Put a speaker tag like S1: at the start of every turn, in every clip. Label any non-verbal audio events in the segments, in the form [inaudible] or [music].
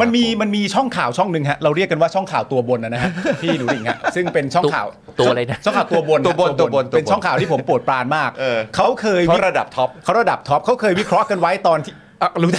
S1: มันมีมันมีช่องข่าวช่องหนึ่งฮะเราเรียกกันว่าช่องข่าวตัวบนนะนะฮะ [laughs] พี่ดูดิ่งฮะซึ่งเป็นช่องข่าว
S2: ตัวอะไรนะ
S1: ช่องข่าวตัวบน
S3: ตัวบนตัวบนตัวบน
S1: เป็นช่องข่าวที่ผมโปรดปรานมาก
S3: เออ
S1: เขาเคย
S3: เพ
S1: วิ
S3: ราะระดับท็อป
S1: เขาระดับท็อปเขาเคยวิเคราะห์กันไว้ตอนที่อ่ะรู้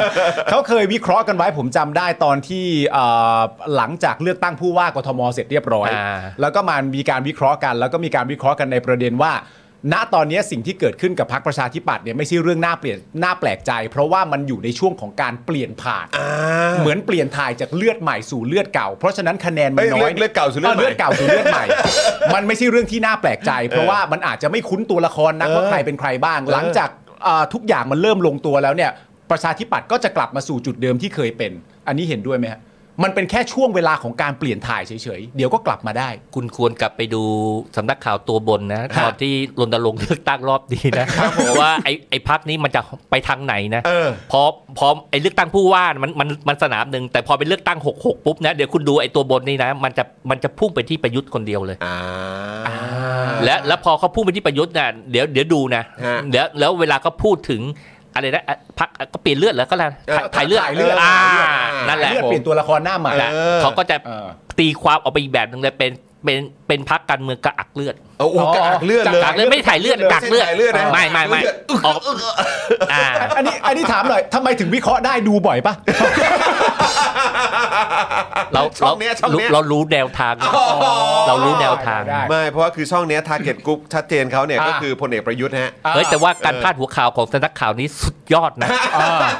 S1: [laughs] เขาเคยวิเคราะห์กันไว้ผมจำได้ตอนที่เอ่อหลังจากเลือกตั้งผู้ว่ากทมเสร็จเรียบร้อย
S2: อ่า
S1: แล้วก็มามีการวิเคราะห์กัน แล้วก็มีการวิเคราะห์กันในประเด็นว่า ณตอนนี้สิ่งที่เกิดขึ้นกับพรรคประชาธิปัตย์เนี่ยไม่ใช่เรื่องน่าเปลี่ยนน่าแปลกใจ เพราะว่ามันอยู่ในช่วงของการเปลี่ยนผ่าน เหมือนเปลี่ยนถ่ายจากเลือดใหม่สู่เลือดเก่า เพราะฉะนั้นคะแนนมั
S3: เอ้
S1: น
S3: ย
S1: น้อย
S3: เลือดเลือดเก่าสู่เลือดใหม่
S1: เลือดเก่าสู่เลือดใหม่ [laughs] มันไม่ใช่เรื่องที่น่าแปลกใจ เพราะว่ามันอาจจะไม่คุ้นตัวละครนักว่าใครเป็นใครบ้าง หลังจากเอ่อทุกอย่างมันเริ่มลงตัวแล้วเนี่ย ประชาธิปัตย์ก็จะกลับมาสู่จุดเดิมที่เคยเป็น อันนี้เห็นด้วยไหมฮะมันเป็นแค่ช่วงเวลาของการเปลี่ยนถ่ายเฉยๆ เดี๋ยวก็กลับมาได้
S2: คุณควรกลับไปดูสำนักข่าวตัวบนนะ
S1: ฮะ
S2: ตอนที่รณรงค์เลือกตั้งรอบนี้นะว่าไอ้ไอ้พักนี้มันจะไปทางไหนนะ
S3: เออ
S2: พอพอไอ้เลือกตั้งผู้ว่ามันมันมันสนามหนึ่งแต่พอไปเลือกตั้ง6 6ปุ๊บนะเดี๋ยวคุณดูไอ้ตัวบนนี่นะ มันจะมันจะพุ่งไปที่ประยุทธ์คนเดียวเลย
S3: อ่า
S2: และแล้วพอเขาพูดไปที่ประยุทธ์น่ะเดี๋ยวเดี๋ยวดูนะ
S3: ฮะ
S2: แล้วแล้วเวลาเขาพูดถึงอะไรนะอ่ะพักอ่ะก็เปลี่ยนเลือดแล้วก็แล้ว
S3: เออ
S2: ถ่ายถ่ายเลือด
S3: ถ่ายเลือด
S2: อ่า
S3: ถ่ายเลือดอ่า
S2: นั่นแหละ
S1: เลือดเปลี่ยนตัวละครหน้าใหม่
S3: เออ
S2: เขาก็จะ
S1: เออ
S2: ตีความออกไปอีกแบบหนึ่งเลยเป็นเป็นเป็นพักการเมืองกระอักเลือด
S3: โอ้โหกากเลือดเลย
S2: กักเลือดไม่ได้ถ่ายเลือดกักเลือด
S3: เส้นถ่ายเลือดนะ
S2: ไม่ไม่ไม่
S3: เลือด
S2: ออกอ่า
S1: อันนี้อันนี้ถามหน่อยทำไมถึงวิเคราะห์ได้ดูบ่อยปะ
S2: เรา
S3: ช่องเนี้ยช่องเนี้ย
S2: เรารู้แนวทาง เรารู้แนวทาง
S1: ได้
S3: ไม่เพราะว่าคือช่องเนี้ย t a r g e t Group ชัดเจนเขาเนี่ย
S1: อ่า
S3: ก็คือพลเอกประยุทธ์ฮะ
S2: เฮ้ยแต่ว่าการพาดหัวข่าวของสำนักข่าวนี้สุดยอดนะ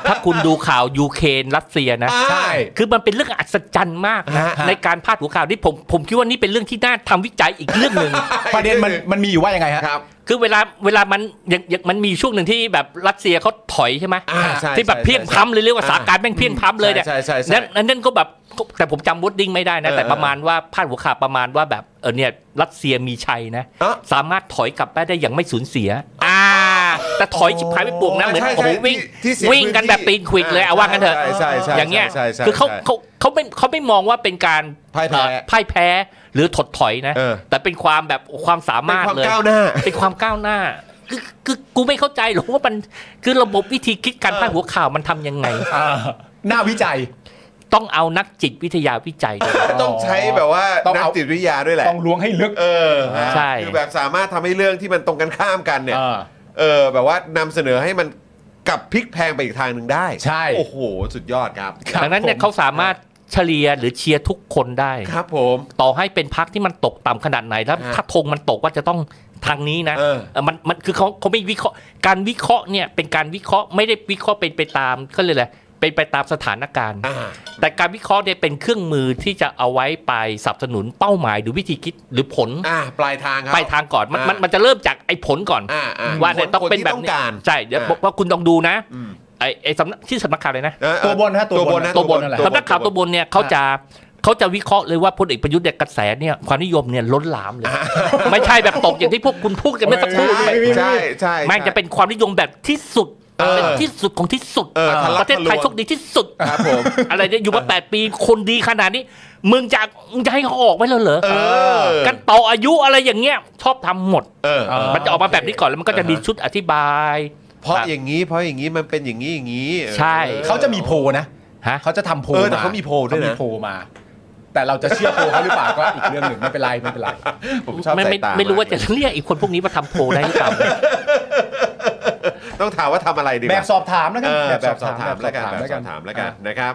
S2: ถ้าคุณดูข่าวยูเครนรัสเซียนะ
S3: อ่า
S1: ใช่
S2: คือมันเป็นเรื่องอัศจรรย์มากนะ
S3: ฮะ
S2: ในการพาดหัวข่าวที่ผมผมคิดว่านี่เป็นเรื่องที่น่าทำวิจัยอีกเรื่องหนึ่ง
S1: ประเด็นมันมันมีอยู่ว่ายังไงฮะ
S3: ครับ
S2: คือเวลาเวลามันอย่างอย่างมันมีช่วงหนึ่งที่แบบรัสเซียเขาถอยใช่ไหม
S3: อ่าใช่
S2: ที่แบบ
S3: ใช่
S2: เพียงพล้ำเลยเรียกว่า
S3: อ่า
S2: สถานการณ์แม่งเพียงพล้ำเลยเนี่ย
S3: ใช่ใช่ใช่
S2: นั่นนั่นนั่นก็แบบแต่ผมจำวอดดิ้งไม่ได้นะ
S3: เออ
S2: แต่ประมาณว่าพาดหัวข่าวประมาณว่าแบบเออเนี่ยรัสเซียมีชัยนะ
S3: อ่ะ
S2: สามารถถอยกลับไปได้อย่างไม่สูญเสีย อ่า แต่ถอยชิบหายไปปวงนะ
S3: อ๋อ
S2: เหมือน
S3: ใช่ใช่
S2: โอ้โหวิ่ง
S3: ที่ที่เสีย
S2: วิ่งกัน
S3: พื้นที่
S2: แบบปีนควิดเลยเอาว่ากันเถอะ
S3: ใช่ใช่ใช่
S2: อย่างเงี้ย
S3: ใช่ใช่
S2: คือเขา
S3: ใช่
S2: เขาเขาไม่เขาไม่มองว่าเป็นการ
S3: พ่ายแพ้
S2: เอ่อพ่ายแพ้หรือถดถอยนะ
S3: เออ
S2: แต่เป็นความแบบความสามารถ
S3: เป็นความ
S2: เลย
S3: ก้าวหน้า
S2: เป็นความก้าวหน้า คือคือกูไม่เข้าใจหรอกว่ามันคือระบบวิธีคิดการพาดหัวข่าวมันทำยังไง
S1: อ่าหน้าวิจัย
S2: ต้องเอานักจิตวิทยาวิจัยด้วย
S3: ต้องใช้แบบว่า
S1: ต้อง
S3: นัก
S1: เอา
S3: จิตวิทยาด้วยแหละ
S1: ต้องล้วงให้ลึก
S3: เออฮะ
S2: ใช่
S3: คือแบบสามารถทำให้เรื่องที่มันตรงกันข้ามกันเนี่ย
S1: อ่า
S3: เออ แบบว่านำเสนอให้มันกลับพลิกแพลงไปอีกทางหนึ่งได้
S1: ใช่
S3: โอ้โห สุดยอดครับ
S1: ครับ
S2: ดังนั้นเนี่ย
S1: ผม
S2: เขาสามารถเฉลียหรือเชียร์ทุกคนได้
S3: ครับผม
S2: ต่อให้เป็นพักที่มันตกต่ำขนาดไหนแล้ว
S3: ฮะ
S2: ถ้าธงมันตกว่าจะต้องทางนี้นะ
S3: เออ
S2: เออมันมันคือเขาเขาไม่วิเคราะห์การวิเคราะห์เนี่ยเป็นการวิเคราะห์ไม่ได้วิเคราะห์เป็นไปตามก็เลยกอะไรเป็นไปตามสถานการณ์
S3: อ่า
S2: แต่การวิเคราะห์เนี่ยเป็นเครื่องมือที่จะเอาไว้ไปสนับสนุนเป้าหมายหรือวิธีคิดหรือผล
S3: อ่า ปลายทางครับ
S2: ไปทางก่อนมัน
S3: อ่ามั
S2: มันมันจะเริ่มจากไอ้ผลก่อน
S3: อ่าอ่า
S2: ว่าเนี่ย
S3: ผล
S2: ต้องเป็น
S3: ผลที่
S2: แบบ
S3: ต้อง
S2: นี้
S3: การ
S2: ใช่เดี๋ยว
S3: อ่า
S2: บอกว่าคุณต้องดูนะ
S3: อืม
S2: ไอ้ไอ้สำนักชื่อสำนักข่าวเลยนะ
S3: เออเออ
S1: ตัวบนฮะตัว
S3: ตัวบบ น
S1: น
S3: นะ
S1: ตัวบนอะไร
S2: สำนักข่าวตัวบนเนี่ยเขาจะเขาจะวิเคราะห์เลยว่าพลเอกประยุทธ์เนี่ยกระแสเนี่ยความนิยมเนี่ยล้นหลามเลย ไม่ใช่แบบตกอย่างที่พวกคุณพูดกันเมื่อสักครู่
S3: ใช่ใช่ใช่
S2: แม่งจะเป็นความนิยมแบบที่สุด
S3: เออ
S2: เป็นที่สุดของที่สุด
S3: เออทะลัก
S2: ประเทศไทย
S3: ทะลวง
S2: โชคดีที่สุด
S3: ครับผม
S2: อะไรเนี่ยอยู่มาแปดปีคนดีขนาดนี้ มึงจะมึงจะให้เขาออกไว้แล้วเหรอ
S3: เออ
S2: กันต่ออายุอะไรอย่างเงี้ยชอบทำหมด
S3: เออเออ
S2: มันจะออกมาแบบนี้ก่อนแล้วมันก็จะมีชุดอธิบาย
S3: เพราะอย่างนี้ เพราะอย่างนี้มันเป็นอย่างนี้อย่างนี้ออ
S2: ใช่
S1: เขาจะมีโพลนะ
S2: ฮะ
S1: เขาจะทำโพล
S3: เออแต่เขามีโพลด้วย
S1: เขา
S3: นะ
S1: มีโพลมา แต่เราจะเชื่อโพลเขาหรือเปล่าก็อีกเรื่องหนึ่งไม่เป็นไรไม่เป็นไร
S3: ผมชอบ
S2: ไม่
S3: สา
S2: ไม่
S3: ย [laughs] ตา
S2: ไม่รู้ว่า
S3: าก
S2: จะเรียกอีกคนพวกนี้มาทำโพลได้หรือเปล่า
S3: ต้องถามว่าทำอะไรดีก
S1: แบ
S3: ว่า
S1: บสอบถามแล้วกั
S3: เอน อแบบสอบถาม
S1: แบ
S3: แล้ว
S1: บ
S3: กัน
S1: สอบถาม
S3: แบ
S1: แล้ว
S3: บส
S1: กั
S3: อน บถามแล้วกันนะครับ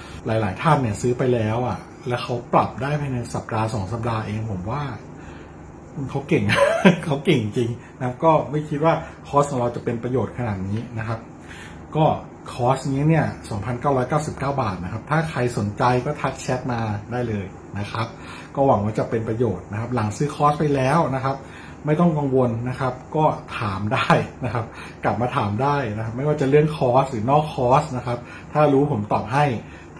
S4: หลาย ๆ ท่านเนี่ยซื้อไปแล้วอ่ะ และเขาปรับได้ภายในสัปดาห์สองสัปดาห์เองผมว่า เขาเก่ง [laughs] เขาเก่งจริงนะครับก็ไม่คิดว่าคอร์สของเราจะเป็นประโยชน์ขนาดนี้นะครับ ก็คอร์สนี้เนี่ย 2,999 บาทนะครับ ถ้าใครสนใจก็ทักแชทมาได้เลยนะครับ ก็หวังว่าจะเป็นประโยชน์นะครับ หลังซื้อคอร์สไปแล้วนะครับ ไม่ต้องกังวลนะครับ ก็ถามได้นะครับ กลับมาถามได้นะครับ ไม่ว่าจะเรื่องคอร์สหรือนอกคอร์สนะครับ ถ้ารู้ผมตอบให้ ถ